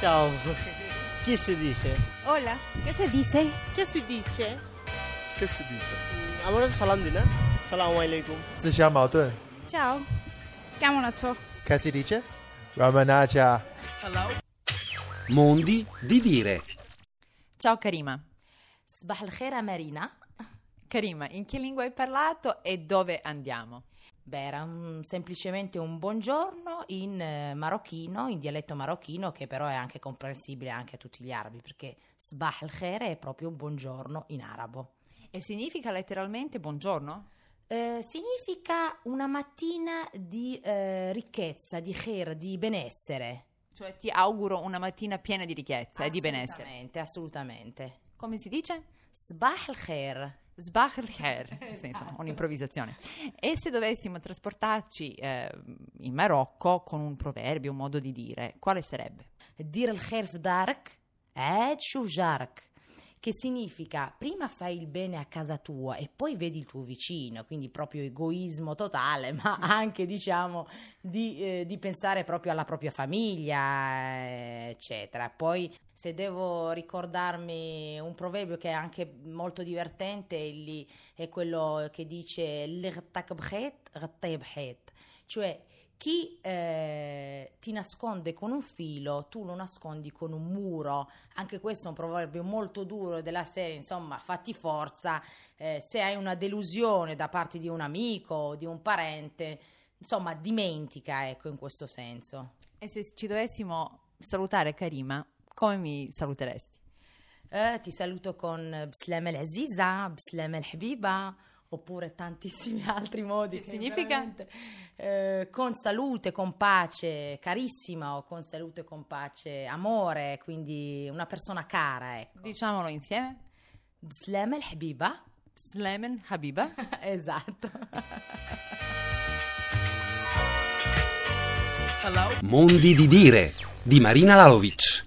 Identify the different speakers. Speaker 1: Ciao. Chi si dice?
Speaker 2: Hola, ¿qué se dice?
Speaker 3: Che si dice?
Speaker 4: Che si dice?
Speaker 1: আমরা তো সালাম দিই না সালাম আলাইকুম
Speaker 4: 自相矛盾，
Speaker 2: Ciao. Chiamo la ciò.
Speaker 4: 开始理解。Ramanaja，
Speaker 5: Mondi di dire.
Speaker 6: Ciao Karima.
Speaker 7: Sbah al-khera Marina.
Speaker 6: Karima, in che lingua hai parlato e dove andiamo?
Speaker 7: Beh, era un- semplicemente un buongiorno in eh, marocchino, in dialetto marocchino, che però è anche comprensibile anche a tutti gli arabi, perché sbah al-khera è proprio un buongiorno in arabo.
Speaker 6: E significa letteralmente buongiorno?
Speaker 7: Eh, significa una mattina di eh, ricchezza, di khair, di benessere.
Speaker 6: Cioè ti auguro una mattina piena di ricchezza e Cioè, di benessere.
Speaker 7: Assolutamente, assolutamente.
Speaker 6: Come si dice?
Speaker 7: Sbah al-khair.
Speaker 6: Sbach il khair, Sì, insomma,
Speaker 7: Esatto.
Speaker 6: un'improvvisazione. E se dovessimo trasportarci eh, in Marocco con un proverbio, un modo di dire, quale sarebbe?
Speaker 7: Dir il khair f'dark, eh, shuf jark, che significa prima fai il bene a casa tua e poi vedi il tuo vicino, quindi proprio egoismo totale, ma anche diciamo di, eh, di pensare proprio alla propria famiglia, eh, eccetera. Poi se devo ricordarmi un proverbio che è anche molto divertente, è lì- è quello che dice l'irtak b'chet, g'tay b'chet", cioè chi eh, ti nasconde con un filo, tu lo nascondi con un muro. Anche questo è un proverbio molto duro della serie, insomma, fatti forza. eh, se hai una delusione da parte di un amico o di un parente, insomma, dimentica, ecco, in questo senso.
Speaker 6: E se ci dovessimo salutare Karima, come mi saluteresti?
Speaker 7: Eh, ti saluto con Bslem el Aziza, Bslem el Habiba, oppure tantissimi altri modi.
Speaker 6: Che significa?
Speaker 7: veramente, eh, con salute, con pace, carissima, o con salute, con pace, amore, quindi una persona cara, ecco.
Speaker 6: Diciamolo insieme.
Speaker 7: Bslem el Habiba,
Speaker 6: Slemen Habiba.
Speaker 7: esatto.
Speaker 5: Mondi di dire di Marina Lalovic.